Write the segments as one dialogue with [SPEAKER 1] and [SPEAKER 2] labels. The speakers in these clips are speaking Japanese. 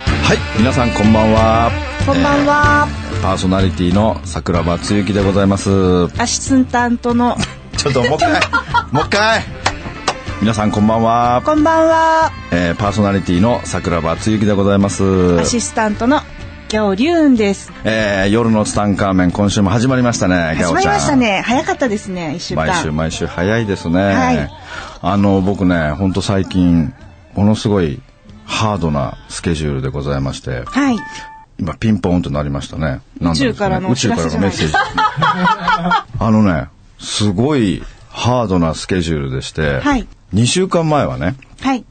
[SPEAKER 1] はい皆さんこんばんは
[SPEAKER 2] こんばんは。
[SPEAKER 1] パーソナリティの桜庭つゆきでございます
[SPEAKER 2] アシスタントの、
[SPEAKER 1] ちょっともう一回 もう一回皆さんこんばんは、
[SPEAKER 2] こんばんは。
[SPEAKER 1] えーパーソナリティの桜庭つゆきでございます、
[SPEAKER 2] アシスタントの行龍雲です。
[SPEAKER 1] えー夜のツタンカーメン今週も始まりましたねギ
[SPEAKER 2] 始
[SPEAKER 1] ャオ
[SPEAKER 2] まり
[SPEAKER 1] ちゃん
[SPEAKER 2] ましたね。早かったですね、一週間。
[SPEAKER 1] 毎週毎週早いですね、
[SPEAKER 2] はい
[SPEAKER 1] あの僕ねほんと最近ものすごいハードなスケジュールでございまして
[SPEAKER 2] はい。
[SPEAKER 1] 今ピンポーンとなりましたね。なんだろう
[SPEAKER 2] 宇宙からの
[SPEAKER 1] 宇宙からのメッセー
[SPEAKER 2] お知らせ
[SPEAKER 1] ジ。あのね、すごいハードなスケジュールでして、
[SPEAKER 2] はい
[SPEAKER 1] 2週間前はね、
[SPEAKER 2] はい。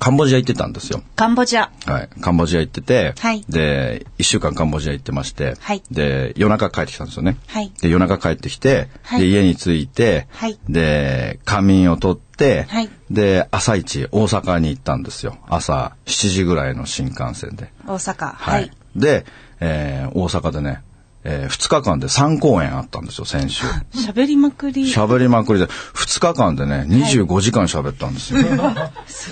[SPEAKER 1] カンボジア行ってたんですよ。
[SPEAKER 2] カンボジア。
[SPEAKER 1] はい。カンボジア行ってて、
[SPEAKER 2] はい
[SPEAKER 1] で、1週間カンボジア行ってまして、
[SPEAKER 2] はい
[SPEAKER 1] で、夜中帰ってきたんですよね。
[SPEAKER 2] はい
[SPEAKER 1] で、夜中帰ってきて、
[SPEAKER 2] はい
[SPEAKER 1] で、家に着いて、
[SPEAKER 2] はい
[SPEAKER 1] で、仮眠を取って、
[SPEAKER 2] はい
[SPEAKER 1] で、朝一、大阪に行ったんですよ。朝7時ぐらいの新幹線で。
[SPEAKER 2] 大阪。は。
[SPEAKER 1] はいい。で、えー大阪でね、え2日間で3公演あったんですよ、先週。
[SPEAKER 2] 喋りまくり。す
[SPEAKER 1] 喋りまくりで、2日間でね、25時間喋ったんですよ。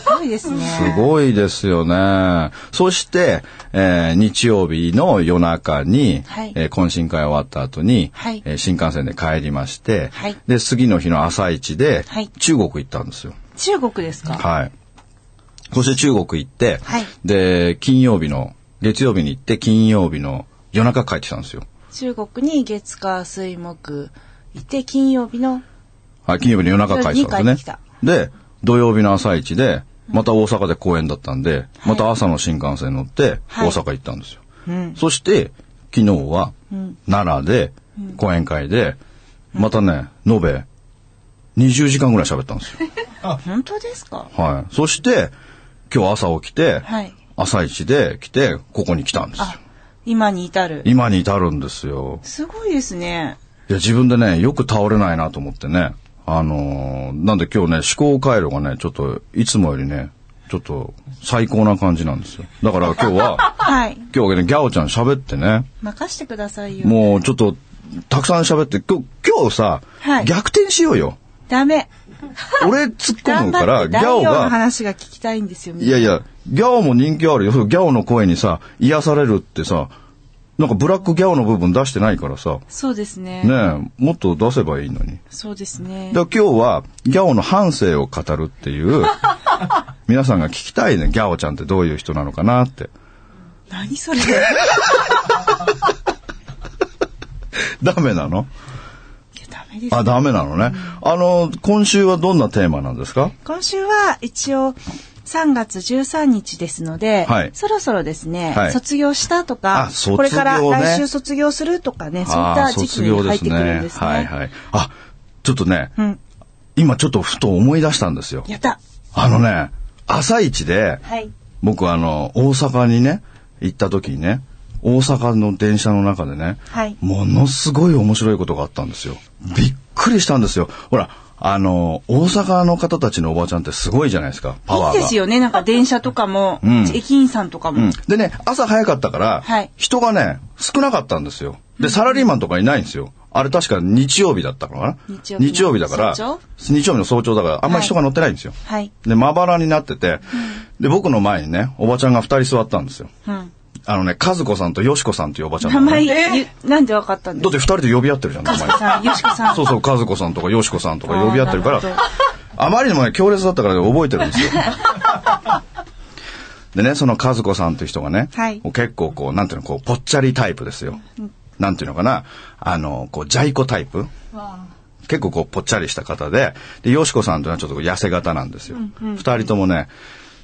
[SPEAKER 2] ごいですね。
[SPEAKER 1] すごいですよね。そして、えー日曜日の夜中に、
[SPEAKER 2] はい
[SPEAKER 1] えー懇親会終わった後に、
[SPEAKER 2] はい
[SPEAKER 1] えー新幹線で帰りまして、
[SPEAKER 2] はい
[SPEAKER 1] で、次の日の朝一で、
[SPEAKER 2] はい
[SPEAKER 1] 中国行ったんですよ。
[SPEAKER 2] 中国ですか
[SPEAKER 1] はい。そして中国行って、
[SPEAKER 2] はい
[SPEAKER 1] で、金曜日の、月曜日に行って、金曜日の夜中帰ってきたんですよ。
[SPEAKER 2] 中国に月火水木いて、金曜日の、
[SPEAKER 1] はい、金曜日の夜中帰ってきた
[SPEAKER 2] 夜
[SPEAKER 1] んで
[SPEAKER 2] に帰ってき
[SPEAKER 1] すね
[SPEAKER 2] た。
[SPEAKER 1] で、土曜日の朝一で、また大阪で公演だったんで、また朝の新幹線乗って、
[SPEAKER 2] はい
[SPEAKER 1] 大阪行ったんですよ。
[SPEAKER 2] うん。
[SPEAKER 1] そして、昨日は、奈良で、講演会で、またね、延べ、20時間ぐらい喋ったんです よ。
[SPEAKER 2] 本当ですか
[SPEAKER 1] はい。そして、今日朝起きて、
[SPEAKER 2] はい。
[SPEAKER 1] 朝一で来て、ここに来たんですよ
[SPEAKER 2] あ。、今に至る。
[SPEAKER 1] 今に至るんですよ。
[SPEAKER 2] すごいですね。
[SPEAKER 1] いや、自分でね、よく倒れないなと思ってね。あのーなんで今日ね、思考回路がね、ちょっと、いつもよりね、ちょっと、最高な感じなんですよ。だから今日 は、
[SPEAKER 2] はい。
[SPEAKER 1] 今日はね、ギャオちゃん喋ってね、
[SPEAKER 2] 任してくださいよ。
[SPEAKER 1] もうちょっと、たくさん喋って、今日、今日さ、
[SPEAKER 2] はい
[SPEAKER 1] 逆転しようよ。
[SPEAKER 2] ダメ。
[SPEAKER 1] 俺突っ込
[SPEAKER 2] 頑
[SPEAKER 1] むから、
[SPEAKER 2] 張って
[SPEAKER 1] ギ
[SPEAKER 2] 第
[SPEAKER 1] ャオ
[SPEAKER 2] 4の
[SPEAKER 1] が、
[SPEAKER 2] 話が聞きたいんですよ。
[SPEAKER 1] いやいや、ギャオも人気あるよ。そうギャオの声にさ、癒されるってさ、なんかブラックギャオの部分出してないからさ、
[SPEAKER 2] そうですね。
[SPEAKER 1] ねえ、もっと出せばいいのに。
[SPEAKER 2] そうですね。
[SPEAKER 1] だから今日はギャオの半生を語るっていう、皆さんが聞きたいね、ギャオちゃんってどういう人なのかなって。
[SPEAKER 2] 何そ れ
[SPEAKER 1] ダメなの
[SPEAKER 2] いやダメです
[SPEAKER 1] あ、ダメなのね。あの、今週はどんなテーマなんですか
[SPEAKER 2] 今週は一応3月13日ですので、
[SPEAKER 1] はい
[SPEAKER 2] そろそろですね、
[SPEAKER 1] はい
[SPEAKER 2] 卒業したとか
[SPEAKER 1] あ、卒業ね
[SPEAKER 2] これから来週卒業するとかね、そういっ
[SPEAKER 1] あ
[SPEAKER 2] た
[SPEAKER 1] ー
[SPEAKER 2] 時期に入ってくるんですね。
[SPEAKER 1] はいはい。あ、ちょっとね、
[SPEAKER 2] うん。
[SPEAKER 1] 今ちょっとふと思い出したんですよ。
[SPEAKER 2] やった。
[SPEAKER 1] あのね、朝一で、
[SPEAKER 2] はい。
[SPEAKER 1] 僕あの、大阪にね、行った時にね、大阪の電車の中でね、
[SPEAKER 2] はい
[SPEAKER 1] ものすごい面白いことがあったんですよ。びっくりしたんですよ。ほら、あの、大阪の方たちのおばちゃんってすごいじゃないですか、パワ
[SPEAKER 2] い
[SPEAKER 1] ーが。
[SPEAKER 2] いですよね。なんか電車とかも、
[SPEAKER 1] うん
[SPEAKER 2] 駅員さんとかも。
[SPEAKER 1] うん、でね、朝早かったから、
[SPEAKER 2] はい
[SPEAKER 1] 人がね、少なかったんですよ。で、サラリーマンとかいないんですよ。あれ確か日曜日だったのかな
[SPEAKER 2] 日曜日の
[SPEAKER 1] だから、
[SPEAKER 2] 早朝
[SPEAKER 1] 日曜日の早朝だから、あんまり人が乗ってないんですよ。
[SPEAKER 2] はい。
[SPEAKER 1] で、まばらになってて、で、僕の前にね、おばちゃんが二人座ったんですよ。
[SPEAKER 2] うん。
[SPEAKER 1] あのね、和子さんとよしこさんというおばちゃん
[SPEAKER 2] 名
[SPEAKER 1] なのね
[SPEAKER 2] 前、ゆなんでわかったんで
[SPEAKER 1] だっ
[SPEAKER 2] す
[SPEAKER 1] て二人で呼び合ってるじゃん、名前。
[SPEAKER 2] かさん、よしこさん。
[SPEAKER 1] そうそう、和子さんとかよしこさんとか呼び合ってるか
[SPEAKER 2] あーなる
[SPEAKER 1] ら、あまりにもね、強烈だったから覚えてるんですよ。でね、その和子さんという人がね、
[SPEAKER 2] はい
[SPEAKER 1] 結構こう、なんていうの、こう、ぽっちゃりタイプですよ。なんていうのかな、あの、こう、ジャイコタイプ。結構こう、ぽっちゃりした方で、で、よしこさんというのはちょっとこう痩せ型なんですよ。二、人ともね、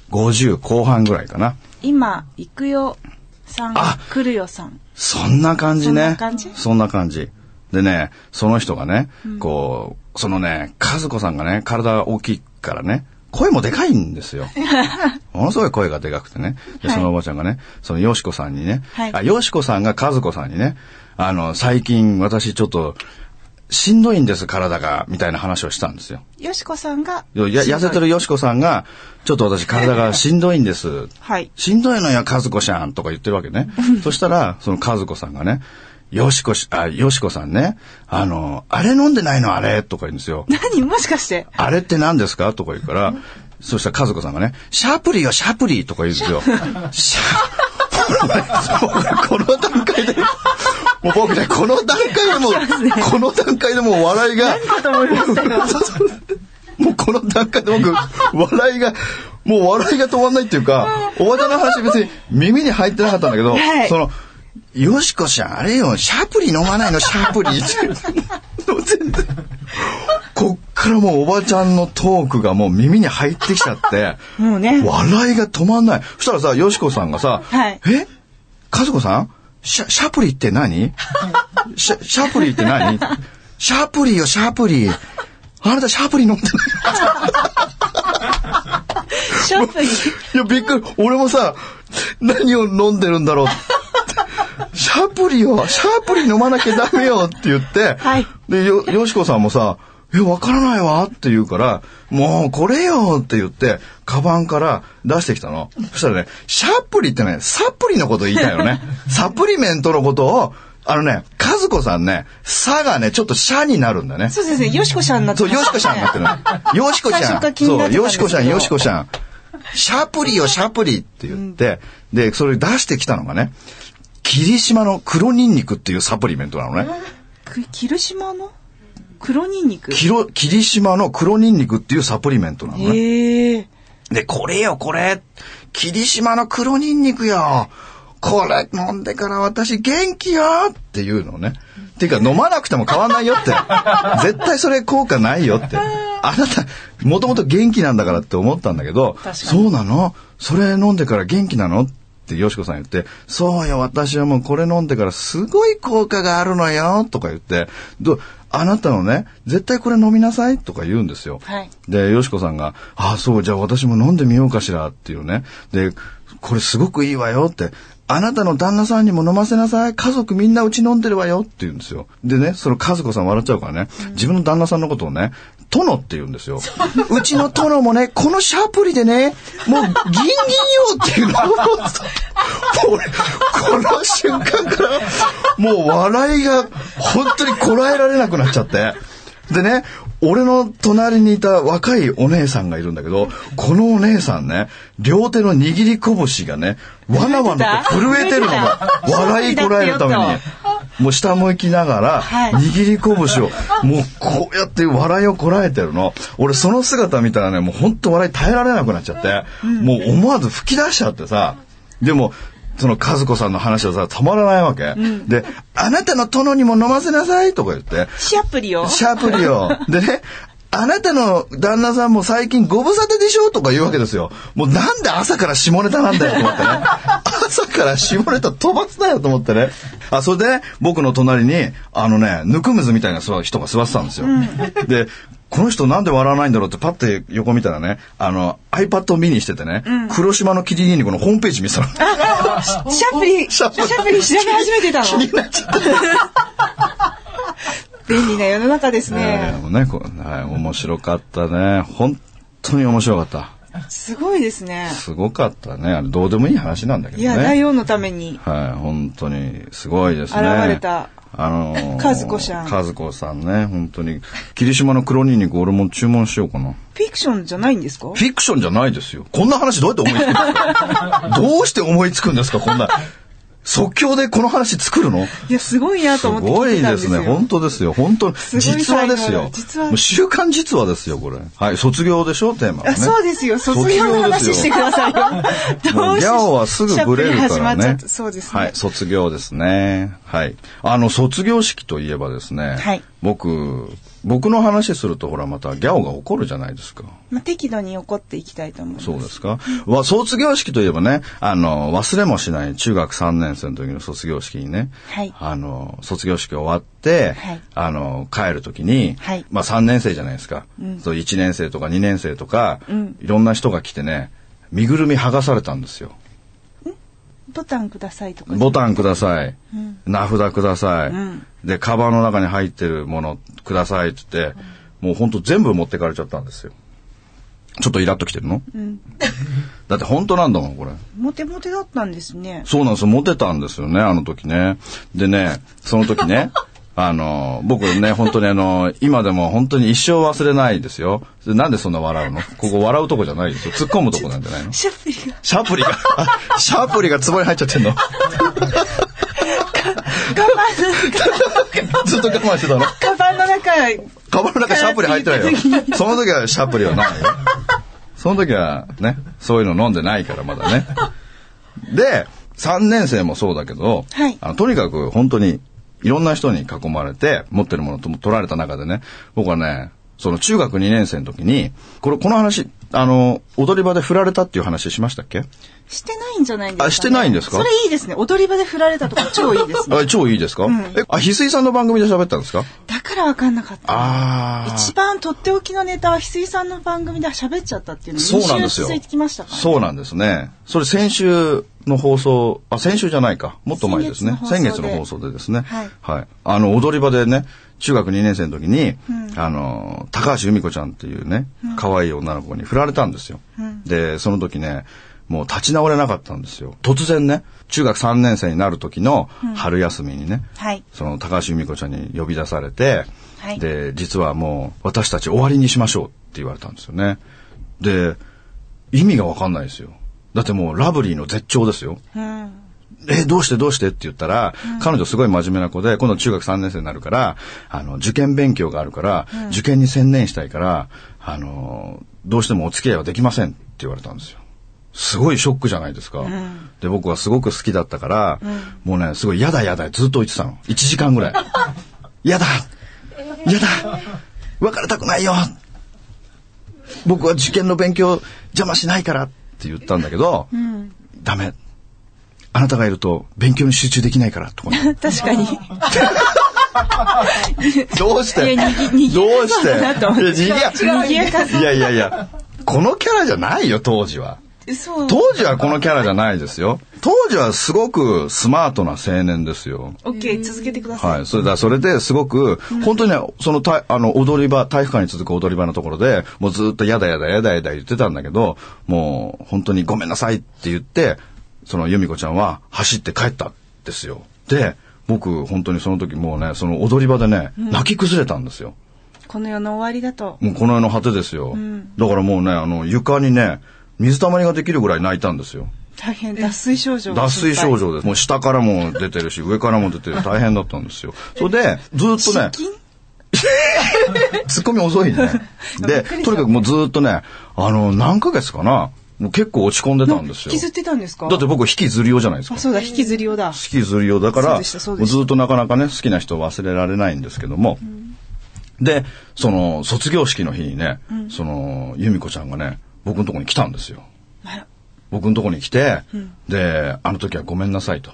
[SPEAKER 1] 50後半ぐらいかな。
[SPEAKER 2] 今、行くよさん
[SPEAKER 1] あ、
[SPEAKER 2] 来るよさん。
[SPEAKER 1] そんな感じね。
[SPEAKER 2] そんな感じ
[SPEAKER 1] そんな感じでね、その人がね、こう、そのね、和子さんがね、体大きからね、声もでかいんです よ。ものすごい声がでかくてね。で、
[SPEAKER 2] はい
[SPEAKER 1] そのおばあちゃんがね、そのよしこさんにね、
[SPEAKER 2] はい
[SPEAKER 1] あ、よしこさんが和子さんにね、あの、最近私ちょっと、しんどいんです、体が、みたいな話をしたんですよ。
[SPEAKER 3] よしこさんが。
[SPEAKER 1] や、痩せてるよしこさんが、ちょっと私体がしんどいんです。
[SPEAKER 3] はい。
[SPEAKER 1] しんどいのよ、和子ちゃんとか言ってるわけ ね。そしたら、その和子さんがね、よしこし、あ、よしこさんね、あの、あれ飲んでないのあれとか言うんですよ。
[SPEAKER 3] 何もし かして。
[SPEAKER 1] あれって何ですかとか言うから、そしたら和子さんがね、シャープリーよ、シャープリーとか言うんですよ。シャープリーこの段階で、もう僕ね、この段階でもう、この段階でもう笑いが、
[SPEAKER 3] かと思いましたよ。
[SPEAKER 1] もうこの段階で僕、笑いが、もう笑いが止まんないっていうか、おばちゃんの話別に耳に入ってなかったんだけど、
[SPEAKER 3] はい
[SPEAKER 1] その、よしこちゃん、あれよ、シャープリー飲まないの、シャープリーって。もう全然。 こっからもうおばちゃんのトークがもう耳に入ってきちゃって、
[SPEAKER 3] もうね
[SPEAKER 1] 笑いが止まんない。そしたらさ、よしこさんがさ、
[SPEAKER 3] はい
[SPEAKER 1] えかずこさんシャ、シャープリーって何シャ、シャープリーって何シャープリーよ、シャープリー。あなたシャープリー飲んでない
[SPEAKER 3] シャープに。
[SPEAKER 1] いや、びっくり。俺もさ、何を飲んでるんだろうって。シャープリよ、シャープリ飲まなきゃダメよって言って、
[SPEAKER 3] はい
[SPEAKER 1] で、よ、よしこさんもさ、え、わからないわって言うから、もうこれよって言って、カバンから出してきたの。そしたらね、シャープリってね、サプリのこと言いたいよ ね。サプリメントのことを、あのね、和子さんね、さがね、ちょっとシャになるんだね。
[SPEAKER 3] そうですね。よしこちゃんになって
[SPEAKER 1] そ
[SPEAKER 3] ま
[SPEAKER 1] う、よ
[SPEAKER 3] すね
[SPEAKER 1] しこちゃんになってるの。よしこち
[SPEAKER 3] 最
[SPEAKER 1] ゃ
[SPEAKER 3] 初
[SPEAKER 1] ん。
[SPEAKER 3] から気に
[SPEAKER 1] そ
[SPEAKER 3] なっ
[SPEAKER 1] う、
[SPEAKER 3] てたん
[SPEAKER 1] よ
[SPEAKER 3] で
[SPEAKER 1] し
[SPEAKER 3] すけど
[SPEAKER 1] こちゃん、よしこちゃん。シャープリよ、シャープリって言って、で、それ出してきたのがね、霧島の黒ニンニクっていうサプリメントなのね。
[SPEAKER 3] く霧島の黒ニンニク。
[SPEAKER 1] キロ霧島の黒ニンニクっていうサプリメントなのね。
[SPEAKER 3] ええ。
[SPEAKER 1] で、これよ、これ。霧島の黒ニンニクよ。これ飲んでから私元気よっていうのね。っていうか飲まなくても変わんないよ って。絶対それ効果ないよって。あなた、もともと元気なんだからって思ったんだけど
[SPEAKER 3] か、に
[SPEAKER 1] そうなのそれ飲んでから元気なのってよしこさん言って、そうよ、私はもうこれ飲んでからすごい効果があるのよとか言って、どあなたのね、絶対これ飲みなさいとか言うんですよ。
[SPEAKER 3] はい
[SPEAKER 1] で、よしこさんが、ああ、そう、じゃあ私も飲んでみようかしらっていうね。で、これすごくいいわよって、あなたの旦那さんにも飲ませなさい。家族みんなうち飲んでるわよって言うんですよ。でね、その和子さん笑っちゃうからね、自分の旦那さんのことをね、殿って言うん ですよ。うちの殿もね、このシャープリでね、もうギンギンよって いうのを、もう俺、この瞬間から、もう笑いが本当にこらえられなくなっちゃって。でね、俺の隣にいた若いお姉さんがいるんだけど、このお姉さんね、両手の握り拳がね、わなわなと震えてるのも、笑いこらえるために、もう下向きながら、
[SPEAKER 3] はい
[SPEAKER 1] 握り拳を、 もうこうやって笑いをこらえてるの。俺その姿見たらね、もうほんと笑い耐えられなくなっちゃって、もう思わず吹き出しちゃってさ、でも、その和子さんの話はさ、たまらないわけ。で、あなたの殿にも飲ませなさいとか言って、
[SPEAKER 3] シャープリを。
[SPEAKER 1] シャープリオ。でね、あなたの旦那さんも最近ご無沙汰でしょとか言うわけですよ。もうなんで朝から下ネタなんだよと思ってね。 朝から下ネタ飛ばすなよと思ってね。あ、それでね、僕の隣に、あのね、ぬくむずみたいな人が座ってたんですよ。で、この人なんで笑わないんだろうってパッて横見たらね、あの iPad を見にしててね、黒島のキリギニコのホームページ見せたの。
[SPEAKER 3] シャープリ、シ
[SPEAKER 1] シ
[SPEAKER 3] ャ
[SPEAKER 1] ャープリ
[SPEAKER 3] ープリ調べ始めてた
[SPEAKER 1] 気
[SPEAKER 3] の
[SPEAKER 1] に。なっちゃった。
[SPEAKER 3] 便利な世の中です
[SPEAKER 1] えー
[SPEAKER 3] ね。
[SPEAKER 1] もうねこうはい、面白かったね。本当に面白かった。
[SPEAKER 3] すごいですね。
[SPEAKER 1] すごかったね。あれどうでもいい話なんだけど
[SPEAKER 3] い
[SPEAKER 1] ね。
[SPEAKER 3] や、大王のために。
[SPEAKER 1] はい、本当にすごいですね。
[SPEAKER 3] 現れた
[SPEAKER 1] あのー、
[SPEAKER 3] 和子ちゃん
[SPEAKER 1] 和子さんね、本当に。霧島の黒ニンニク俺も注文しようかな。
[SPEAKER 3] フィクションじゃないんですか
[SPEAKER 1] フィクションじゃないですよ。こんな話どうやって思いつくんですか どうして思いつくんですかこんな。即興でこの話作るの
[SPEAKER 3] いや、すごいなと
[SPEAKER 1] す
[SPEAKER 3] 思って
[SPEAKER 1] ご
[SPEAKER 3] 聞い
[SPEAKER 1] い
[SPEAKER 3] てたん
[SPEAKER 1] で
[SPEAKER 3] です
[SPEAKER 1] す
[SPEAKER 3] よ。
[SPEAKER 1] ね。本当ですよ。本当
[SPEAKER 3] ごい
[SPEAKER 1] 実話ですよ。
[SPEAKER 3] 実話
[SPEAKER 1] もう週刊実話ですよ、これ。はい、卒業でしょテーマはね。
[SPEAKER 3] あそうですよ。卒業の
[SPEAKER 1] 卒
[SPEAKER 3] 話
[SPEAKER 1] 業
[SPEAKER 3] してくださいよ。
[SPEAKER 1] もうギ
[SPEAKER 3] し
[SPEAKER 1] ャオはすぐブレる
[SPEAKER 3] シャープリ始ま
[SPEAKER 1] か
[SPEAKER 3] っちゃ
[SPEAKER 1] ら
[SPEAKER 3] っ
[SPEAKER 1] ね
[SPEAKER 3] た。そうですね。
[SPEAKER 1] はい、卒業ですね。はい。あの、卒業式といえばですね。
[SPEAKER 3] はい
[SPEAKER 1] 僕、僕の話するとほらまたギャオが怒るじゃないですか。
[SPEAKER 3] まあ、適度に怒っていきたいと思います。
[SPEAKER 1] そうですか。わ、卒業式といえばね、あの、忘れもしない中学3年生の時の卒業式にね、
[SPEAKER 3] はい
[SPEAKER 1] あの、卒業式終わって、
[SPEAKER 3] はい
[SPEAKER 1] あの、帰る時に、
[SPEAKER 3] はい
[SPEAKER 1] まあ3年生じゃないですか。そう1年生とか2年生とか、
[SPEAKER 3] うん
[SPEAKER 1] いろんな人が来てね、身ぐるみ剥がされたんですよ。
[SPEAKER 3] ボタンくださいとか。
[SPEAKER 1] ボタンください。
[SPEAKER 3] うん
[SPEAKER 1] 名札ください。
[SPEAKER 3] うん
[SPEAKER 1] で、カバンの中に入ってるものくださいって言って、もうほんと全部持ってかれちゃったんですよ。ちょっとイラっときてるの
[SPEAKER 3] うん。
[SPEAKER 1] だって本当なんだもん、これ。
[SPEAKER 3] モテモテだったんですね。
[SPEAKER 1] そうなんですよ。モテたんですよね、あの時ね。でね、その時 ね、あの、僕ね、本当にあの、今でも本当に一生忘れないですよ。でなんでそんな笑うのここ笑うとこじゃないですよ。突っ込むとこなんじゃないの
[SPEAKER 3] シャッピーが
[SPEAKER 1] シャープリが、あシャープリが壺に入っちゃってんの
[SPEAKER 3] 我慢の
[SPEAKER 1] ずっと我慢してたの
[SPEAKER 3] カバンの中へ
[SPEAKER 1] カバンの中シャープリ入ってないよ。その時はシャープリはないよ。その時はね、そういうの飲んでないからまだね。で、3年生もそうだけど、
[SPEAKER 3] はい
[SPEAKER 1] あのとにかく本当にいろんな人に囲まれて持ってるものと取られた中でね、僕はね、その中学2年生の時に、これ、この話、あの、踊り場で振られたっていう話しましたっけ
[SPEAKER 3] してないんじゃないんですか、ね、
[SPEAKER 1] あしてないんですか
[SPEAKER 3] それいいですね踊り場で振られたとか超い いですね
[SPEAKER 1] あ超いいですか、
[SPEAKER 3] うん
[SPEAKER 1] え、あ、翡翠さんの番組で喋ったんですか
[SPEAKER 3] だからわかんなかった
[SPEAKER 1] あー
[SPEAKER 3] 一番とっておきのネタは翡翠さんの番組で喋っちゃったっていうの
[SPEAKER 1] そうなんですよ。
[SPEAKER 3] 二週続いてきましたからね
[SPEAKER 1] そうなんですね。それ先週の放送、あ、先週じゃないか。もっと前ですね。先
[SPEAKER 3] 先
[SPEAKER 1] 月
[SPEAKER 3] 月
[SPEAKER 1] の
[SPEAKER 3] の
[SPEAKER 1] 放
[SPEAKER 3] 放
[SPEAKER 1] 送
[SPEAKER 3] 送
[SPEAKER 1] でですね。
[SPEAKER 3] はい
[SPEAKER 1] あの、踊り場でね、中学2年生の時に、
[SPEAKER 3] うん
[SPEAKER 1] あの、高橋由美子ちゃんっていうね、可愛い女の子に振られたんですよ。
[SPEAKER 3] うん
[SPEAKER 1] で、その時ね、もう立ち直れなかったんですよ。突然ね、中学3年生になる時の春休みにね、
[SPEAKER 3] はい
[SPEAKER 1] その高橋由美子ちゃんに呼び出されて、
[SPEAKER 3] はい
[SPEAKER 1] で、実はもう私たち終わりにしましょうって言われたんですよね。で、意味がわかんないですよ。だってもうラブリーの絶頂ですよ。
[SPEAKER 3] うん
[SPEAKER 1] え、どうしてどうしてって言ったら、彼女すごい真面目な子で、今度中学3年生になるから、あの、受験勉強があるから、受験に専念したいから、あの、どうしてもお付き合いはできませんって言われたんですよ。すごいショックじゃないですか。
[SPEAKER 3] ん
[SPEAKER 1] で、僕はすごく好きだったから、もうね、すごいやだやだずっと言ってたの。1時間ぐ らい。やだやだ別れたくないよ僕は受験の勉強邪魔しないからって言ったんだけど、
[SPEAKER 3] うん
[SPEAKER 1] ダメ。あなたがいると勉強に集中できないからとかね、
[SPEAKER 3] 確かに
[SPEAKER 1] どうして
[SPEAKER 3] いやにぎ
[SPEAKER 1] どうして
[SPEAKER 3] にぎやかそうだなと思って
[SPEAKER 1] いやにぎや
[SPEAKER 3] 違うにぎやかそう
[SPEAKER 1] いやいやいや、このキャラじゃないよ、当時は。
[SPEAKER 3] そう
[SPEAKER 1] 当時はこのキャラじゃないですよ。当時はすごくスマートな青年ですよ。
[SPEAKER 3] OK 続けてください、
[SPEAKER 1] はい。それだ、それですごく、本当にね、そのた、あの、踊り場、体育館に続く踊り場のところで、もうずっとやだやだやだやだ言ってたんだけど、もう、本当にごめんなさいって言って、その由美子ちゃんは走って帰ったんですよ。で、僕、本当にその時もうね、その踊り場でね、泣き崩れたんですよ。
[SPEAKER 3] この世の終わりだと
[SPEAKER 1] もうこの世の果てですよ。
[SPEAKER 3] ん
[SPEAKER 1] だからもうね、あの、床にね、水たまりができるぐらい泣いたんですよ。
[SPEAKER 3] 大変脱水症状
[SPEAKER 1] 脱水症状です。もう下からも出てるし、上からも出てる。大変だったんですよ。それで、ずっとね、
[SPEAKER 3] 筋
[SPEAKER 1] ツッコミ遅いね。で、とにかくもうずーっとね、あの、何ヶ月かな、もう結構落ち込んでたんですよ
[SPEAKER 3] 引き。ずってたんですか
[SPEAKER 1] だって僕、引きずりようじゃないですか
[SPEAKER 3] あ。そうだ引きずりをだ
[SPEAKER 1] 引きずりようだか
[SPEAKER 3] そ
[SPEAKER 1] ら、
[SPEAKER 3] う
[SPEAKER 1] もう
[SPEAKER 3] でしたそうでした
[SPEAKER 1] ずっとなかなかね、好きな人を忘れられないんですけども。で、その、卒業式の日にね、その、由美子ちゃんがね、僕のとこに来たんですよ。
[SPEAKER 3] あら
[SPEAKER 1] 僕のとこに来て、で、あの時はごめんなさいと。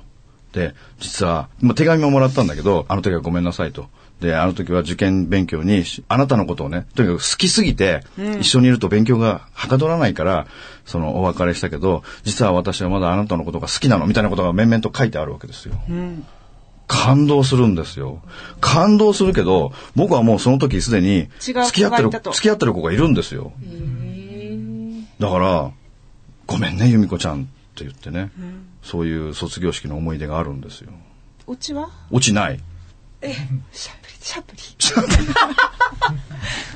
[SPEAKER 1] で、実は、まあ、手紙ももらったんだけど、あの時はごめんなさいと。で、あの時は受験勉強にし、あなたのことをね、とにかく好きすぎて、一緒にいると勉強がはかどらないから、その、お別れしたけど、実は私はまだあなたのことが好きなの、みたいなことが面々と書いてあるわけですよ。
[SPEAKER 3] うん
[SPEAKER 1] 感動するんですよ。感動するけど、僕はもうその時すでに、
[SPEAKER 3] 違う子が
[SPEAKER 1] 付き合ってる、
[SPEAKER 3] いたと
[SPEAKER 1] 付き合ってる子がいるんですよ。だから、ごめんね、由美子ちゃんって言ってね、そういう卒業式の思い出があるんですよ。
[SPEAKER 3] オチは
[SPEAKER 1] 落ちない。
[SPEAKER 3] シャップリシャップリ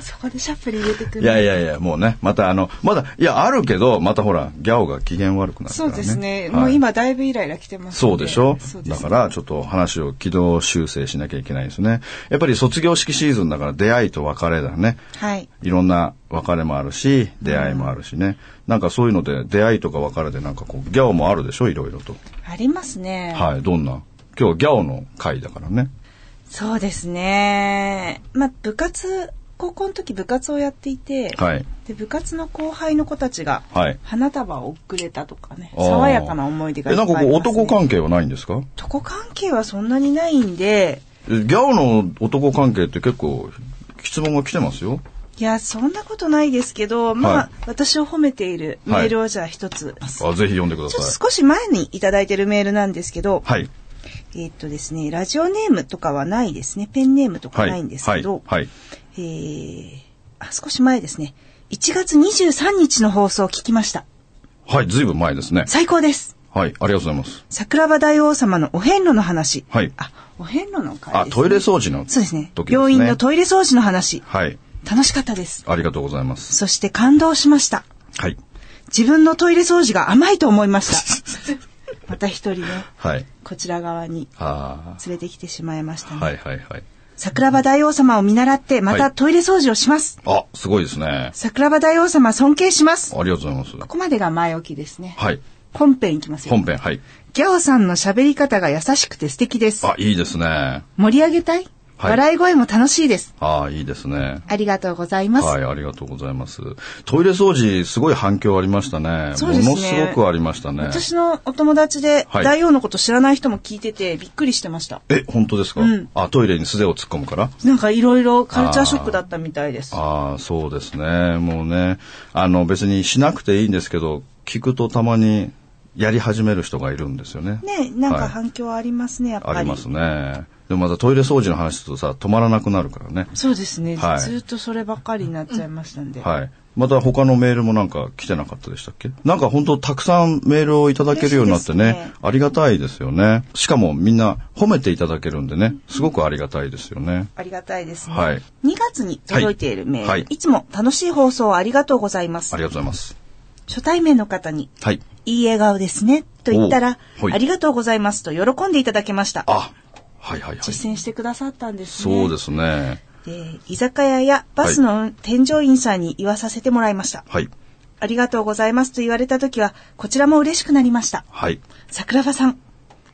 [SPEAKER 3] そこでシャップリ入れてくる
[SPEAKER 1] いやいやいや、もうね、またあの、まだ、いや、あるけど、またほら、ギャオが機嫌悪くなるか
[SPEAKER 3] そ
[SPEAKER 1] ら
[SPEAKER 3] う
[SPEAKER 1] ね。
[SPEAKER 3] ですね、
[SPEAKER 1] はい
[SPEAKER 3] もう今だいぶイライラ来てます
[SPEAKER 1] そうでしょ
[SPEAKER 3] そうで
[SPEAKER 1] だ
[SPEAKER 3] す
[SPEAKER 1] か
[SPEAKER 3] ね
[SPEAKER 1] ら、ちょっと話を軌道修正しなきゃいけないですね。やっぱり卒業式シーズンだから出会いと別れだね。
[SPEAKER 3] はい
[SPEAKER 1] いろんな別れもあるし、出会いもあるしね。なんかそういうので、出会いとか別れでなんかこう、ギャオもあるでしょいろいろと。
[SPEAKER 3] ありますね、
[SPEAKER 1] はい、どんな今日はギャオの回だからね。
[SPEAKER 3] そうですね。まあ、部活、高校の時部活をやっていて、
[SPEAKER 1] はい。
[SPEAKER 3] で部活の後輩の子たちが
[SPEAKER 1] はい
[SPEAKER 3] 花束を送れたとかね、
[SPEAKER 1] あー
[SPEAKER 3] 爽やかな思い出がい
[SPEAKER 1] え、
[SPEAKER 3] っぱ
[SPEAKER 1] ないんか
[SPEAKER 3] あ
[SPEAKER 1] こ
[SPEAKER 3] り
[SPEAKER 1] う、
[SPEAKER 3] ます、ね。
[SPEAKER 1] 男関係はないんですか
[SPEAKER 3] 男関係はそんなにないんで、
[SPEAKER 1] えギャオの男関係って結構、質問が来てますよ。
[SPEAKER 3] いや、そんなことないですけど、まあ、
[SPEAKER 1] はい
[SPEAKER 3] 私を褒めているメールをじゃあ一つ、ちょ
[SPEAKER 1] あ、ぜひ読んでくだ
[SPEAKER 3] っと
[SPEAKER 1] さい。
[SPEAKER 3] 少し前にいただいてるメールなんですけど、
[SPEAKER 1] はい。
[SPEAKER 3] えーっとですね、ラジオネームとかはないですね、ペンネームとか
[SPEAKER 1] はい。
[SPEAKER 3] ないんですけど、
[SPEAKER 1] はい。はい
[SPEAKER 3] えー、あ、少し前ですね、1月23日の放送を聞きました。
[SPEAKER 1] はい、ずいぶん前ですね。
[SPEAKER 3] 最高です。
[SPEAKER 1] はい、ありがとうございます。
[SPEAKER 3] 桜庭大王様のお遍路の話。
[SPEAKER 1] はい
[SPEAKER 3] あ、お遍路の回です、
[SPEAKER 1] あ、トイレ掃除の時
[SPEAKER 3] そうですね
[SPEAKER 1] ですね。
[SPEAKER 3] 病院のトイレ掃除の話。
[SPEAKER 1] はい、
[SPEAKER 3] 楽しかったです。
[SPEAKER 1] ありがとうございます。
[SPEAKER 3] そして感動しました。
[SPEAKER 1] はい。
[SPEAKER 3] 自分のトイレ掃除が甘いと思い ました。また一人ね、
[SPEAKER 1] はい。
[SPEAKER 3] こちら側に
[SPEAKER 1] あ
[SPEAKER 3] 連れてきてしまいました
[SPEAKER 1] あ。
[SPEAKER 3] ね。
[SPEAKER 1] はいはいはい。
[SPEAKER 3] 桜庭大王様を見習って、ま
[SPEAKER 1] は
[SPEAKER 3] た
[SPEAKER 1] い
[SPEAKER 3] トイレ掃除をします。
[SPEAKER 1] あ、すごいですね。あ
[SPEAKER 3] 桜庭大王様尊敬します。こ
[SPEAKER 1] りがとうございます。
[SPEAKER 3] こまでが前置きですね。
[SPEAKER 1] はい。
[SPEAKER 3] 本編いきますよ。
[SPEAKER 1] 本編、はい。
[SPEAKER 3] ギャオさんの喋り方が優しくて素敵です。
[SPEAKER 1] あ、いいですね。あ
[SPEAKER 3] 盛り上げたい、
[SPEAKER 1] はい
[SPEAKER 3] 笑い声も楽しいです。
[SPEAKER 1] あ、いいですね。
[SPEAKER 3] ありがとうございます。
[SPEAKER 1] はい、ありがとうございます。トイレ掃除、すごい反響ありましたね。
[SPEAKER 3] そうですね
[SPEAKER 1] ものすごくありましたね。
[SPEAKER 3] 私のお友達で、
[SPEAKER 1] はい
[SPEAKER 3] 大王のこと知らない人も聞いててびっくりしてました。
[SPEAKER 1] え、本当ですか、
[SPEAKER 3] うん
[SPEAKER 1] あ、トイレに素手を突っ込むから
[SPEAKER 3] なんかいろいろカルチャーショックだったみたいです。
[SPEAKER 1] ああ、そうですね。もうね、あの別にしなくていいんですけど、聞くとたまにやり始める人がいるんですよね。
[SPEAKER 3] ねなん
[SPEAKER 1] は
[SPEAKER 3] か
[SPEAKER 1] い
[SPEAKER 3] 反響ありますね、やっぱり。
[SPEAKER 1] ありますね。でもまたトイレ掃除の話するとさ、止まらなくなるからね。
[SPEAKER 3] そうですね、
[SPEAKER 1] はい
[SPEAKER 3] ずっとそればっかりになっちゃいましたんで。
[SPEAKER 1] はい。また他のメールもなんか来てなかったでしたっけなんか本当たくさんメールをいただけるようになってね、
[SPEAKER 3] 嬉しいですね
[SPEAKER 1] ありがたいですよね。しかもみんな褒めていただけるんでね、すごくありがたいですよね。
[SPEAKER 3] ありがたいですね。
[SPEAKER 1] はい
[SPEAKER 3] 2月に届いているメール、
[SPEAKER 1] はいい
[SPEAKER 3] つも楽しい放送をありがとうございます
[SPEAKER 1] あり。がとうございます。
[SPEAKER 3] 初対面の方に、
[SPEAKER 1] はい。
[SPEAKER 3] いい笑顔ですね、と言ったら、
[SPEAKER 1] おはい
[SPEAKER 3] ありがとうございますと喜んでいただけました。
[SPEAKER 1] あ、はいはいはい。
[SPEAKER 3] 実践してくださったんですね。
[SPEAKER 1] そうですね。
[SPEAKER 3] で居酒屋やバスの添乗員さんに言わさせてもらいました。
[SPEAKER 1] はい。
[SPEAKER 3] ありがとうございますと言われた時は、こちらも嬉しくなりました。
[SPEAKER 1] はい。
[SPEAKER 3] 桜庭さん、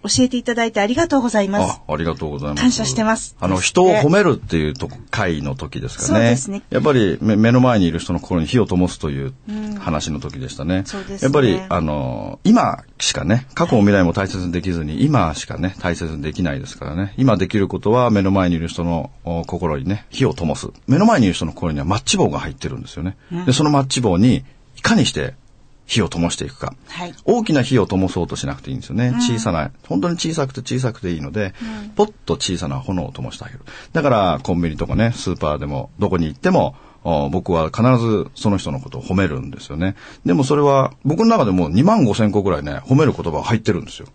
[SPEAKER 3] 教えていただいてありがとうございます
[SPEAKER 1] あ。ありがとうございます。
[SPEAKER 3] 感謝してます
[SPEAKER 1] あの、
[SPEAKER 3] です
[SPEAKER 1] 人
[SPEAKER 3] ね
[SPEAKER 1] を褒めるっていうとこ回の時ですかね。
[SPEAKER 3] そうですね
[SPEAKER 1] やっぱりめ目の前にいる人の心に火を灯すという話の時でしたね。
[SPEAKER 3] そうですね
[SPEAKER 1] やっぱり、あの、今しかね、過去も未来も大切にできずに、今しかね、大切にできないですからね。今できることは目の前にいる人のお心にね、火を灯す。目の前にいる人の心にはマッチ棒が入ってるんですよね。で、そのマッチ棒に、いかにして火を灯していくか。
[SPEAKER 3] はい
[SPEAKER 1] 大きな火を灯そうとしなくていいんですよね。小さな、本当に小さくて小さくていいので、ポッと小さな炎を灯してあげる。だから、コンビニとかね、スーパーでも、どこに行っても、お僕は必ずその人のことを褒めるんですよね。でもそれは、僕の中でも2万5千個ぐらいね、褒める言葉が入ってるんです よ。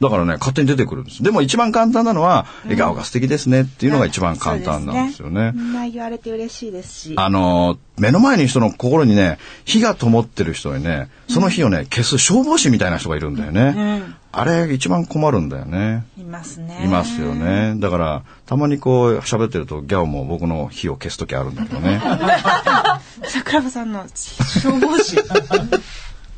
[SPEAKER 1] だからね、勝手に出てくるんです。でも一番簡単なのは、笑顔が素敵ですねっていうのが一番簡単なんですよね。
[SPEAKER 3] みんな言われて嬉しいですし。
[SPEAKER 1] あのー目の前に人の心にね、火が灯ってる人にね、その火をね、消す消防士みたいな人がいるんだよね。
[SPEAKER 3] うん
[SPEAKER 1] あれ、一番困るんだよね。
[SPEAKER 3] いますね。
[SPEAKER 1] いますよ。ね。だから、たまにこう、喋ってると、ギャオも僕の火を消すときあるんだけど ね。
[SPEAKER 3] 桜庭さんの消防 士。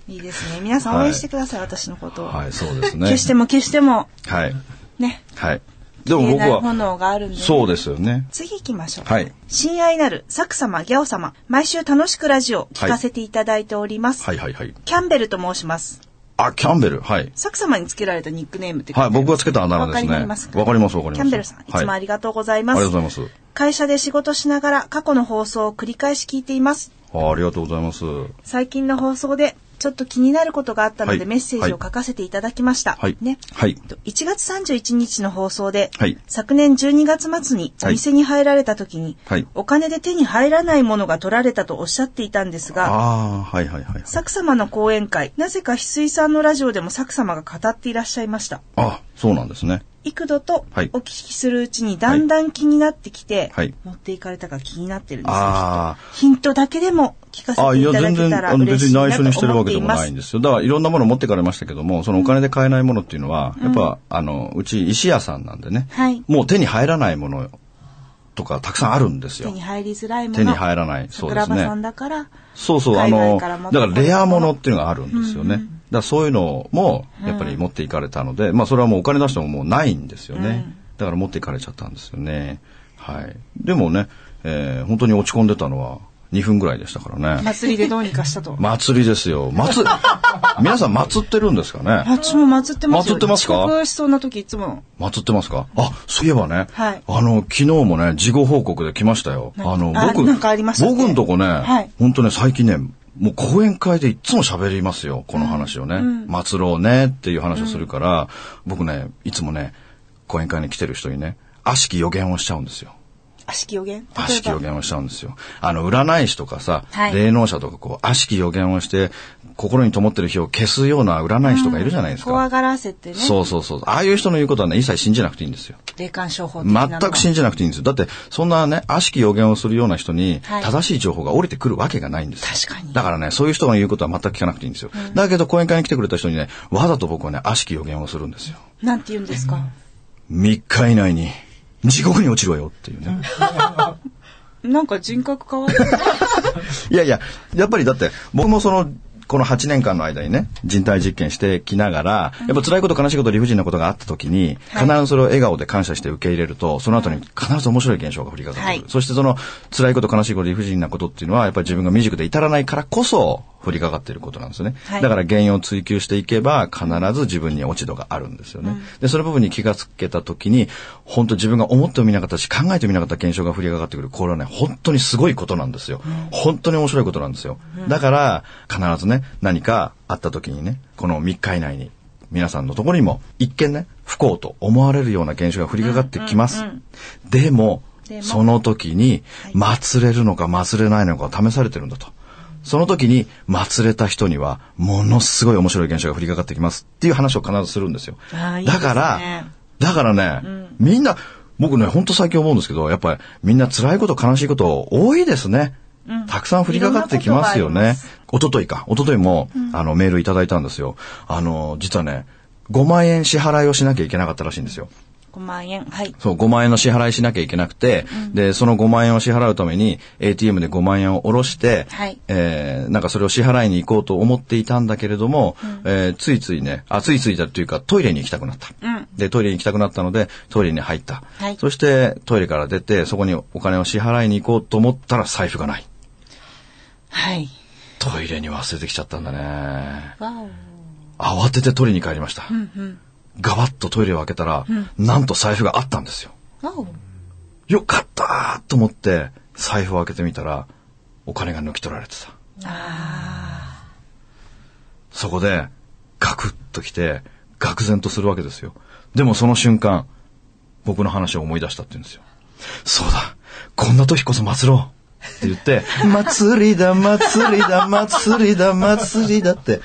[SPEAKER 3] いいですね。皆さん応援してください、私のことを。
[SPEAKER 1] はい、そうですね。
[SPEAKER 3] 消しても消しても、
[SPEAKER 1] はい。
[SPEAKER 3] ね。
[SPEAKER 1] はい。でも
[SPEAKER 3] 言え
[SPEAKER 1] 僕
[SPEAKER 3] ない
[SPEAKER 1] は、
[SPEAKER 3] 炎があるんで。
[SPEAKER 1] そうですよね。
[SPEAKER 3] 次行きましょう。
[SPEAKER 1] はい
[SPEAKER 3] 親愛なる、サク様、ギャオ様、毎週楽しくラジオ聞かせていただいております。
[SPEAKER 1] はいはいはい。
[SPEAKER 3] キャンベルと申します。
[SPEAKER 1] あ、キャンベル。はい。
[SPEAKER 3] サク様につけられたニックネームって
[SPEAKER 1] はい、僕がつけたあだ名
[SPEAKER 3] わ
[SPEAKER 1] で
[SPEAKER 3] か
[SPEAKER 1] す
[SPEAKER 3] り
[SPEAKER 1] ね。わかり
[SPEAKER 3] ま
[SPEAKER 1] ますす、わかります。
[SPEAKER 3] キャンベルさん、いつもありがとうございま
[SPEAKER 1] は
[SPEAKER 3] す。
[SPEAKER 1] いありがとうございます
[SPEAKER 3] 会社で仕事しながら過去の放送を繰り返し聞いています。
[SPEAKER 1] あありがとうございます。は
[SPEAKER 3] 最近の放送で、ちょっと気になることがあったの
[SPEAKER 1] は
[SPEAKER 3] で
[SPEAKER 1] い
[SPEAKER 3] メッセージを書かせていただきました。
[SPEAKER 1] い。
[SPEAKER 3] ね。
[SPEAKER 1] はい。
[SPEAKER 3] 1月31日の放送で、
[SPEAKER 1] はい
[SPEAKER 3] 昨年12月末にお店に入られた時に、
[SPEAKER 1] はい
[SPEAKER 3] お金で手に入らないものが取られたとおっしゃっていたんですが、
[SPEAKER 1] ああ、はいはいはいはい。
[SPEAKER 3] サク様の講演会、なぜか翡翠さんのラジオでもサク様が語っていらっしゃいました。
[SPEAKER 1] あ、そうなんですね。
[SPEAKER 3] 幾度とお
[SPEAKER 1] はい
[SPEAKER 3] 聞きするうちにだんだん気になってきて、
[SPEAKER 1] はい
[SPEAKER 3] 持っていかれたか気になってるんですよ
[SPEAKER 1] あ
[SPEAKER 3] ヒントだけでも聞かせ
[SPEAKER 1] あ。あ、
[SPEAKER 3] て
[SPEAKER 1] い
[SPEAKER 3] い
[SPEAKER 1] や、
[SPEAKER 3] ただ
[SPEAKER 1] 全
[SPEAKER 3] け
[SPEAKER 1] 然、
[SPEAKER 3] たら
[SPEAKER 1] あの、別
[SPEAKER 3] 嬉
[SPEAKER 1] に
[SPEAKER 3] しい
[SPEAKER 1] 内
[SPEAKER 3] な
[SPEAKER 1] 緒にし
[SPEAKER 3] と
[SPEAKER 1] てる
[SPEAKER 3] 思
[SPEAKER 1] わ
[SPEAKER 3] っ
[SPEAKER 1] け
[SPEAKER 3] て
[SPEAKER 1] で
[SPEAKER 3] い
[SPEAKER 1] も
[SPEAKER 3] ま
[SPEAKER 1] ない
[SPEAKER 3] す
[SPEAKER 1] ん。ですよ。だから、いろんなもの持ってかれましたけども、そのお金で買えないものっていうのは、やっぱ、あの、うち石屋さんなんでね、
[SPEAKER 3] はい
[SPEAKER 1] もう手に入らないものとかたくさんあるんです
[SPEAKER 3] 手
[SPEAKER 1] よ
[SPEAKER 3] に。入りづらいもの。
[SPEAKER 1] 手に入らない。そうで
[SPEAKER 3] 桜
[SPEAKER 1] す
[SPEAKER 3] 庭
[SPEAKER 1] ね
[SPEAKER 3] さ。んだから、
[SPEAKER 1] そうそう、あ
[SPEAKER 3] 海外
[SPEAKER 1] の、
[SPEAKER 3] から持
[SPEAKER 1] だ
[SPEAKER 3] って
[SPEAKER 1] か
[SPEAKER 3] こ
[SPEAKER 1] ら
[SPEAKER 3] れた
[SPEAKER 1] レアものっていうのがあるんですよね。だからそういうのも、やっぱり持っていかれたので、まあそれはもうお金出してももうないんですよね。だから持っていかれちゃったんですよね。はい。でもね、えー本当に落ち込んでたのは2分ぐらいでしたからね。
[SPEAKER 3] 祭りでどうにかし たと。
[SPEAKER 1] 祭りですよ。祭、 皆さん祭ってるんですかね
[SPEAKER 3] あ、ちも祭ってますよ。
[SPEAKER 1] 祭ってますか
[SPEAKER 3] 遅刻しそうな時いつも。
[SPEAKER 1] 祭ってますかあ、そういえばね、
[SPEAKER 3] はい
[SPEAKER 1] あの、昨日もね、事後報告で来ましたよ。あの、
[SPEAKER 3] あ
[SPEAKER 1] 僕、
[SPEAKER 3] なんかありましたっけ
[SPEAKER 1] 僕んとこね、
[SPEAKER 3] はい
[SPEAKER 1] 本当ね、最近ね、もう講演会でいっつも喋りますよ、この話をね。祭ろうねっていう話をするから、僕ね、いつもね、講演会に来てる人にね、悪しき予言をしちゃうんですよ。
[SPEAKER 3] 悪しき予言
[SPEAKER 1] 悪しき予
[SPEAKER 3] 例え
[SPEAKER 1] 言をしちゃうんですよ。あの、占い師とかさ、
[SPEAKER 2] はい
[SPEAKER 1] 霊能者とかこう、悪しき予言をして、心に灯ってる火を消すような占い師とかいるじゃないで
[SPEAKER 3] ば
[SPEAKER 1] す
[SPEAKER 3] 怖
[SPEAKER 1] か。
[SPEAKER 3] がらせてね。
[SPEAKER 1] そうそうそう。ああいう人の言うことはね、一切信じなくていいんですよ。
[SPEAKER 2] 霊感商法的なの
[SPEAKER 1] 全
[SPEAKER 2] は
[SPEAKER 1] く信じなくていいんですよ。だって、そんなね、悪しき予言をするような人に
[SPEAKER 2] はい、
[SPEAKER 1] 正しい情報が降りてくるわけがないんですよ。
[SPEAKER 3] 確かに
[SPEAKER 1] だからね、そういう人が言うことは全く聞かなくていいんですよ。だけど、講演会に来てくれた人にね、わざと僕はね、悪しき予言をするんですよ。
[SPEAKER 3] なんて言うんで すか。
[SPEAKER 1] 3日以内に、地獄に落ちろよっていうね。
[SPEAKER 3] なんか人格変わった。
[SPEAKER 1] いやいや、やっぱりだって、僕もその、この8年間の間にね、人体実験してきながら、やっぱ辛いこと悲しいこと理不尽なことがあった時に、
[SPEAKER 3] はい
[SPEAKER 1] 必ずそれを笑顔で感謝して受け入れると、その後に必ず面白い現象が降りかかってくる。
[SPEAKER 3] はい
[SPEAKER 1] そしてその辛いこと悲しいこと理不尽なことっていうのは、やっぱり自分が未熟で至らないからこそ、降りかかっていることなんですね。
[SPEAKER 3] はい
[SPEAKER 1] だから原因を追求していけば、必ず自分に落ち度があるんですよね。で、その部分に気がつけた時に、本当自分が思ってもみなかったし、考えてもみなかった現象が降りかかってくる。これはね、本当にすごいことなんですよ。本当に面白いことなんですよ。だから、必ずね、何かあった時にね、この3日以内に、皆さんのところにも、一見ね、不幸と思われるような現象が降りかかってきます。でも
[SPEAKER 3] で、も
[SPEAKER 1] その時に、祭れるのか祭れないのかを試されてるんだと。その時に、祭れた人には、ものすごい面白い現象が降りかかってきますっていう話を必ずするんですよ。
[SPEAKER 3] あーいいで
[SPEAKER 1] だ
[SPEAKER 3] す
[SPEAKER 1] か
[SPEAKER 3] ね
[SPEAKER 1] ら、だからね、みんな、僕ね、ほんと最近思うんですけど、やっぱりみんな辛いこと悲しいこと多いですね。たくさん降りかかってきますよ
[SPEAKER 3] いろんなことがありま
[SPEAKER 1] ね。一昨日か、一昨日も、あの、メールいただいたんですよ。あの、実はね、5万円支払いをしなきゃいけなかったらしいんですよ。
[SPEAKER 3] 5万円。はい。
[SPEAKER 1] そう、5万円の支払いしなきゃいけなくて、で、その5万円を支払うために、ATM で5万円を下ろして、
[SPEAKER 3] はい
[SPEAKER 1] えー、なんかそれを支払いに行こうと思っていたんだけれども、えーついついね、あ、ついついだというか、トイレに行きたくなった。
[SPEAKER 3] うん
[SPEAKER 1] で、トイレに行きたくなったので、トイレに入った。
[SPEAKER 3] はい
[SPEAKER 1] そして、トイレから出て、そこにお金を支払いに行こうと思ったら、財布がない。
[SPEAKER 3] はい。
[SPEAKER 1] トイレに忘れてきちゃったんだね。
[SPEAKER 3] わお。
[SPEAKER 1] 慌てて取りに帰りました。ガバッとトイレを開けたら、なんと財布があったんですよ。
[SPEAKER 3] わお。
[SPEAKER 1] よかったーと思って財布を開けてみたらお金が抜き取られてたそこでガクッときて愕然とするわけですよでもその瞬間僕の話を思い出したって言うんですよそうだこんな時こそ祭ろうって言って「 祭りだ祭りだ祭りだ祭りだ」って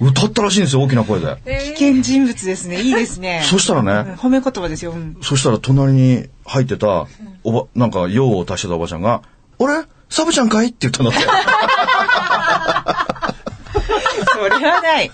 [SPEAKER 1] 歌ったらしいんですよ大きな声で、
[SPEAKER 3] 危険人物ですね。いいですね。
[SPEAKER 1] そしたらね
[SPEAKER 3] うん褒め言葉ですよ。うん
[SPEAKER 1] そしたら隣に入ってた、おば、なんか用を足してたおばちゃんが、あれサブちゃんかいって言ったんだって。
[SPEAKER 3] それ はない。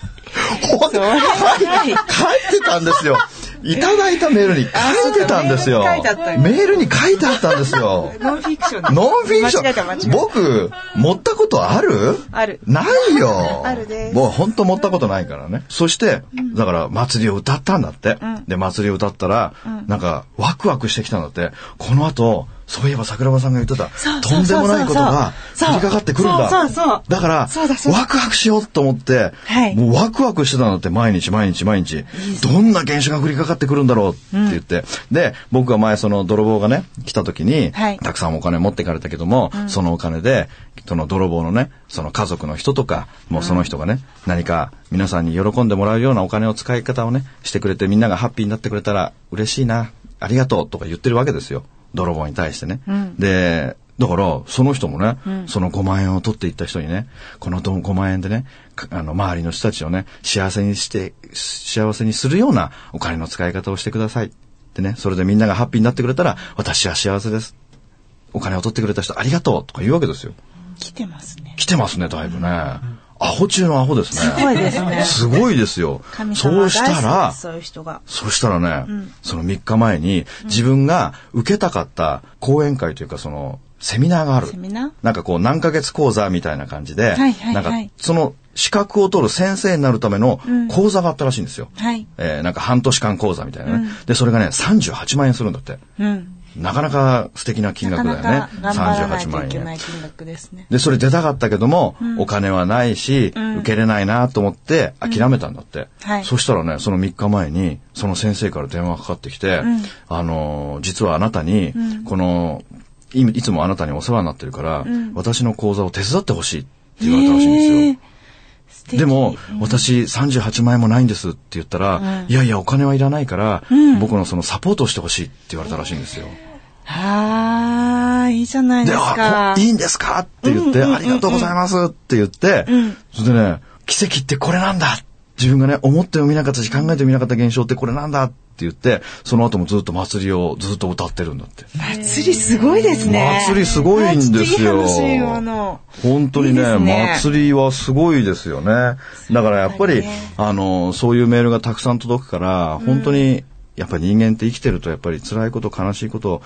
[SPEAKER 1] ほん
[SPEAKER 3] そ
[SPEAKER 1] と
[SPEAKER 3] れはない。
[SPEAKER 1] 書いてたんですよ。いただいたメールに書いてたんですよ。
[SPEAKER 3] あそうか
[SPEAKER 1] メールに書いてあったんですよ。
[SPEAKER 3] ノンフィクションです。
[SPEAKER 1] ノンフィクシ
[SPEAKER 3] 間違えた間違え
[SPEAKER 1] ョン。
[SPEAKER 3] た。
[SPEAKER 1] 僕、持ったことある
[SPEAKER 3] ある
[SPEAKER 1] ないよ。
[SPEAKER 3] あるです
[SPEAKER 1] もう本当持ったことないからね。そして、だから祭りを歌ったんだって。で、祭りを歌ったら、なんかワクワクしてきたんだって。この後、そういえば桜庭さんが言ってた、
[SPEAKER 3] そう
[SPEAKER 1] とんでもないことが
[SPEAKER 3] そう
[SPEAKER 1] 降りかかってくるんだ。
[SPEAKER 3] そうそうそう
[SPEAKER 1] だから
[SPEAKER 3] そうだそうだ
[SPEAKER 1] ワクワクしようと思って、
[SPEAKER 3] はい
[SPEAKER 1] もうワクワクしてたんだって、毎日毎日毎日。どんな現象が降りかかってくるんだろうって言って。で、僕が前その泥棒がね、来た時に、
[SPEAKER 3] はい
[SPEAKER 1] たくさんお金持ってかれたけども、そのお金で、その泥棒のね、その家族の人とか、もうその人がね、何か皆さんに喜んでもらうようなお金を使い方をね、してくれてみんながハッピーになってくれたら嬉しいな、ありがとうとか言ってるわけですよ。泥棒に対してね。で、だから、その人もね、その5万円を取っていった人にね、このど5万円でね、かあの、周りの人たちをね、幸せにして、し幸せにするようなお金の使い方をしてください。でね、それでみんながハッピーになってくれたら、私は幸せです。お金を取ってくれた人ありがとうとか言うわけですよ。
[SPEAKER 3] 来てますね。
[SPEAKER 1] 来てますね、だいぶね。アホ中のアホですね。
[SPEAKER 3] すごいですね
[SPEAKER 1] すごいですよ。
[SPEAKER 3] 神様
[SPEAKER 1] そ
[SPEAKER 3] は
[SPEAKER 1] うした
[SPEAKER 3] 大好きで
[SPEAKER 1] ら
[SPEAKER 3] す、そういう人が。
[SPEAKER 1] そしたらね、その3日前に自分が受けたかった講演会というかそのセミナーがある
[SPEAKER 3] セ。ミナー
[SPEAKER 1] なんかこう何ヶ月講座みたいな感じで、
[SPEAKER 3] はいはいはい
[SPEAKER 1] なんかその資格を取る先生になるための講座があったらしいんですよ。
[SPEAKER 3] はい。
[SPEAKER 1] えーなんか半年間講座みたいなね、
[SPEAKER 3] うん
[SPEAKER 1] で、それがね、38万円するんだって。
[SPEAKER 3] うん。
[SPEAKER 1] なかなか素敵な金
[SPEAKER 3] な
[SPEAKER 1] 額
[SPEAKER 3] か
[SPEAKER 1] だよ
[SPEAKER 3] な
[SPEAKER 1] ね。
[SPEAKER 3] か頑張らな
[SPEAKER 1] 38
[SPEAKER 3] いと
[SPEAKER 1] 万
[SPEAKER 3] いけな
[SPEAKER 1] 円
[SPEAKER 3] い。金額ですね。
[SPEAKER 1] で、それ出たかったけども、お金はないし、受けれないなと思って諦めたんだって、
[SPEAKER 3] はい
[SPEAKER 1] そしたらね、その3日前に、その先生から電話がかかってきて、あのー、実はあなたに、この、いいつもあなたにお世話になってるから、私の講座を手伝ってほしいって言われたらしいんですよ。
[SPEAKER 3] えー素敵
[SPEAKER 1] でも、私38万円もないんですって言ったら、いやいやお金はいらないから、僕のそのサポートをしてほしいって言われたらしいんですよ。
[SPEAKER 3] ああ、いいじゃないで
[SPEAKER 1] で、
[SPEAKER 3] す
[SPEAKER 1] あ
[SPEAKER 3] か。、
[SPEAKER 1] いいんですかって言って、ありがとうございますって言って、それでね、奇跡ってこれなんだ自分がね、思ってもみなかったし考えてもみなかった現象ってこれなんだって言って、その後もずっと祭りをずっと歌ってるんだって。
[SPEAKER 3] 祭りすごいですね。
[SPEAKER 1] 祭りすごいんですよ
[SPEAKER 3] あちょっといい話よあの。
[SPEAKER 1] 本当にね
[SPEAKER 3] いいですね
[SPEAKER 1] 祭りはすごいですよね。だからやっぱり、
[SPEAKER 3] そうだね
[SPEAKER 1] あの、そういうメールがたくさん届くから、本当に、やっぱり人間って生きてるとやっぱり辛いこと悲しいこと、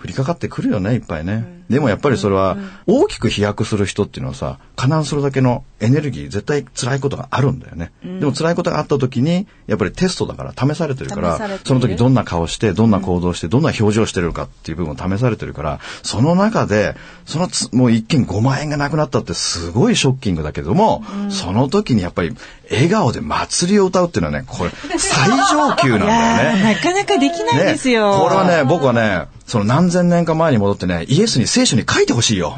[SPEAKER 1] 降りかかってくるよね、いっぱいね。でもやっぱりそれは、大きく飛躍する人っていうのはさ、必ずそれだけのエネルギー、絶対辛いことがあるんだよね。でも辛いことがあった時に、やっぱりテストだから試されてるか
[SPEAKER 3] 試されて
[SPEAKER 1] ら
[SPEAKER 3] る、
[SPEAKER 1] その時どんな顔して、どんな行動して、どんな表情してるかっていう部分を試されてるから、その中で、そのつ、もう一件5万円がなくなったってすごいショッキングだけども、その時にやっぱり笑顔で祭りを歌うっていうのはね、これ、最上級なん
[SPEAKER 3] い
[SPEAKER 1] だよ
[SPEAKER 3] やー、
[SPEAKER 1] ね。
[SPEAKER 3] なかなかできないですよ。
[SPEAKER 1] ね、これはね、僕はね、その何千年か前に戻ってね、イエスに聖書に書いてほしいよ。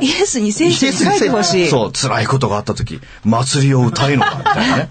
[SPEAKER 3] イエス に聖書に書いてほしい。
[SPEAKER 1] そう、辛いことがあった時、祭りを歌いのか、みたいなね。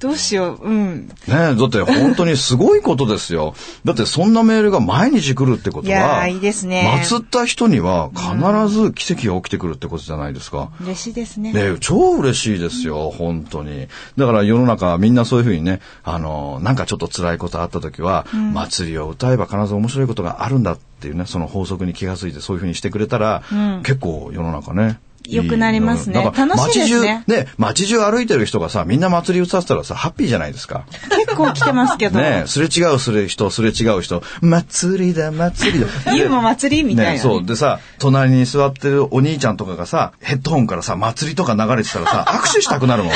[SPEAKER 3] どうしよう。う
[SPEAKER 1] ね
[SPEAKER 3] ん。
[SPEAKER 1] え、だって本当にすごいことですよ。 だってそんなメールが毎日来るってこと
[SPEAKER 3] いや
[SPEAKER 1] は、
[SPEAKER 3] ーいいですね
[SPEAKER 1] 祀った人には必ず奇跡が起きてくるってことじゃないですか。
[SPEAKER 3] 嬉しいですね。
[SPEAKER 1] ねえ超嬉しいですよ、本当に。だから世の中みんなそういうふうにね、あの、なんかちょっと辛いことあった時は、祭りを歌えば必ず面白いことがあるんだっていうね、その法則に気がついてそういうふうにしてくれたら、結構世の中ね。
[SPEAKER 3] 良くなりますね
[SPEAKER 1] いいなんか
[SPEAKER 3] 楽しいですね
[SPEAKER 1] 街中、ね、街中歩いてる人がさ、みんな祭り歌ってたらさ、ハッピーじゃないですか。
[SPEAKER 3] 結構来てますけど。
[SPEAKER 1] ねえ、すれ違うすれ人、すれ違う人、祭りだ、祭り だ。
[SPEAKER 3] ユーも祭りみたいなね
[SPEAKER 1] ねえそう。でさ、隣に座ってるお兄ちゃんとかがさ、ヘッドホンからさ、祭りとか流れてたら さ、握手したくなるもん。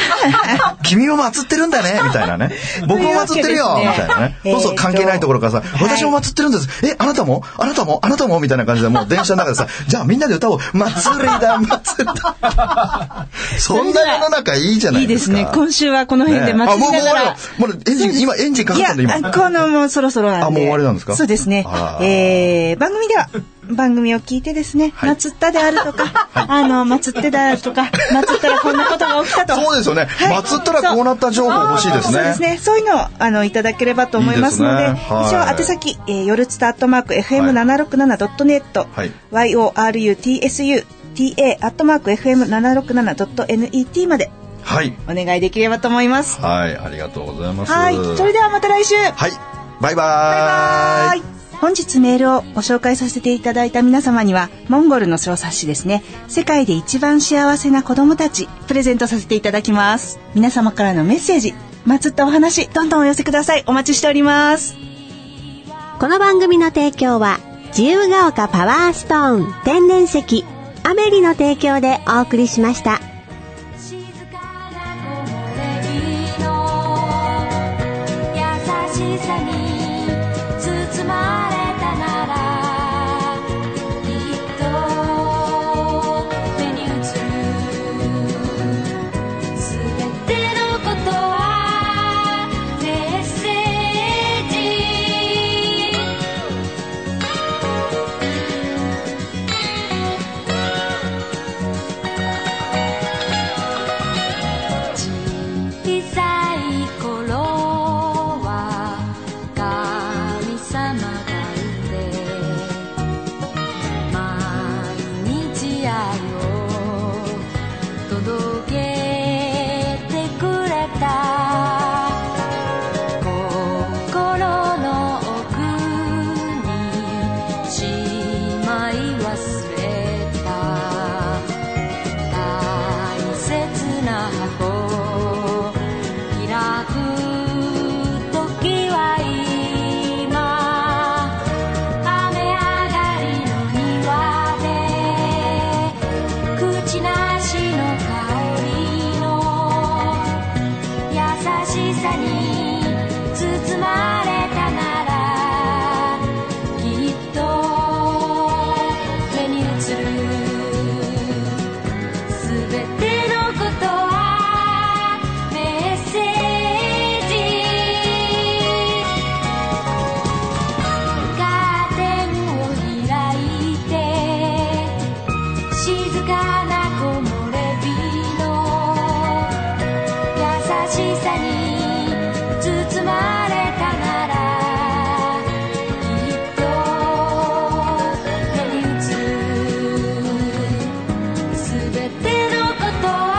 [SPEAKER 1] 君を祭ってるんだね、みたいなね。僕も祭ってるよ、
[SPEAKER 3] という
[SPEAKER 1] み
[SPEAKER 3] わけ
[SPEAKER 1] た
[SPEAKER 3] で
[SPEAKER 1] い
[SPEAKER 3] すね
[SPEAKER 1] なね。
[SPEAKER 3] えー
[SPEAKER 1] そう
[SPEAKER 3] と
[SPEAKER 1] そう、関係ないところからさ、私も祭ってるんです。え、あなたもあなたもあなたもみたいな感じで、もう電車の中 でさ、じゃあみんなで歌おう。祭りだ、祭りだ。 そんな世の中いいじゃないい
[SPEAKER 3] いで
[SPEAKER 1] です
[SPEAKER 3] す
[SPEAKER 1] か。
[SPEAKER 3] ね。今週はこの辺で
[SPEAKER 1] あ、
[SPEAKER 3] 祭
[SPEAKER 1] もう
[SPEAKER 3] り
[SPEAKER 1] もう
[SPEAKER 3] な
[SPEAKER 1] 終
[SPEAKER 3] が
[SPEAKER 1] わ
[SPEAKER 3] ら。
[SPEAKER 1] りだもうエンジン、今エンジンかかったんだ、
[SPEAKER 3] いや、
[SPEAKER 1] 今。
[SPEAKER 3] あこのもうそろそろなんで。
[SPEAKER 1] あもう終わりなんですか
[SPEAKER 3] そうですね
[SPEAKER 1] あ。ら
[SPEAKER 3] えー、番組では、番組を聞いてですね、
[SPEAKER 1] い
[SPEAKER 3] 祭ったであるとか、あの、祭ってだ とか、祭ったらこんなことが起きたと。
[SPEAKER 1] そうですよね。
[SPEAKER 3] はい
[SPEAKER 1] 祭ったらこうなった情報欲しいです
[SPEAKER 3] そうです
[SPEAKER 1] ね。
[SPEAKER 3] ね。そういうのをあのいただければと思いますので、
[SPEAKER 1] いいですねはい
[SPEAKER 3] 一応宛先、えー、よるつたアットマーク fm767.net、
[SPEAKER 1] はい
[SPEAKER 3] yorutsu ta アットマーク fm767.net まで
[SPEAKER 1] はい。
[SPEAKER 3] お願いできればと思います。
[SPEAKER 1] はい、ありがとうございます。
[SPEAKER 3] はい。それではまた来週。
[SPEAKER 1] はい。バイバーイ。
[SPEAKER 3] バイバイ。本日メールをご紹介させていただいた皆様には、モンゴルの小冊子ですね、世界で一番幸せな子供たち、プレゼントさせていただきます。皆様からのメッセージ、祭ったお話、どんどんお寄せください。お待ちしております。
[SPEAKER 4] この番組の提供は自由が丘パワーストーン天然石アメリの提供でお送りしました。
[SPEAKER 5] 静かな木漏れ日の優しさに包まれたならきっと目に映るすべてのことはメッセージ小さい頃は神様が手のことは